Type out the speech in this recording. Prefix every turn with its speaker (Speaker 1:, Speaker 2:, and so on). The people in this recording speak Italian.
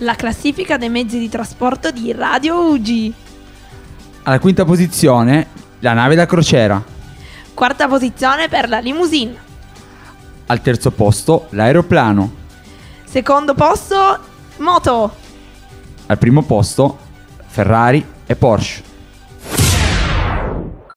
Speaker 1: la classifica dei mezzi di trasporto di Radio UG.
Speaker 2: Alla quinta posizione, la nave da crociera.
Speaker 1: Quarta posizione per la limousine.
Speaker 2: Al terzo posto, l'aeroplano.
Speaker 1: Secondo posto, moto.
Speaker 2: Al primo posto, Ferrari e Porsche.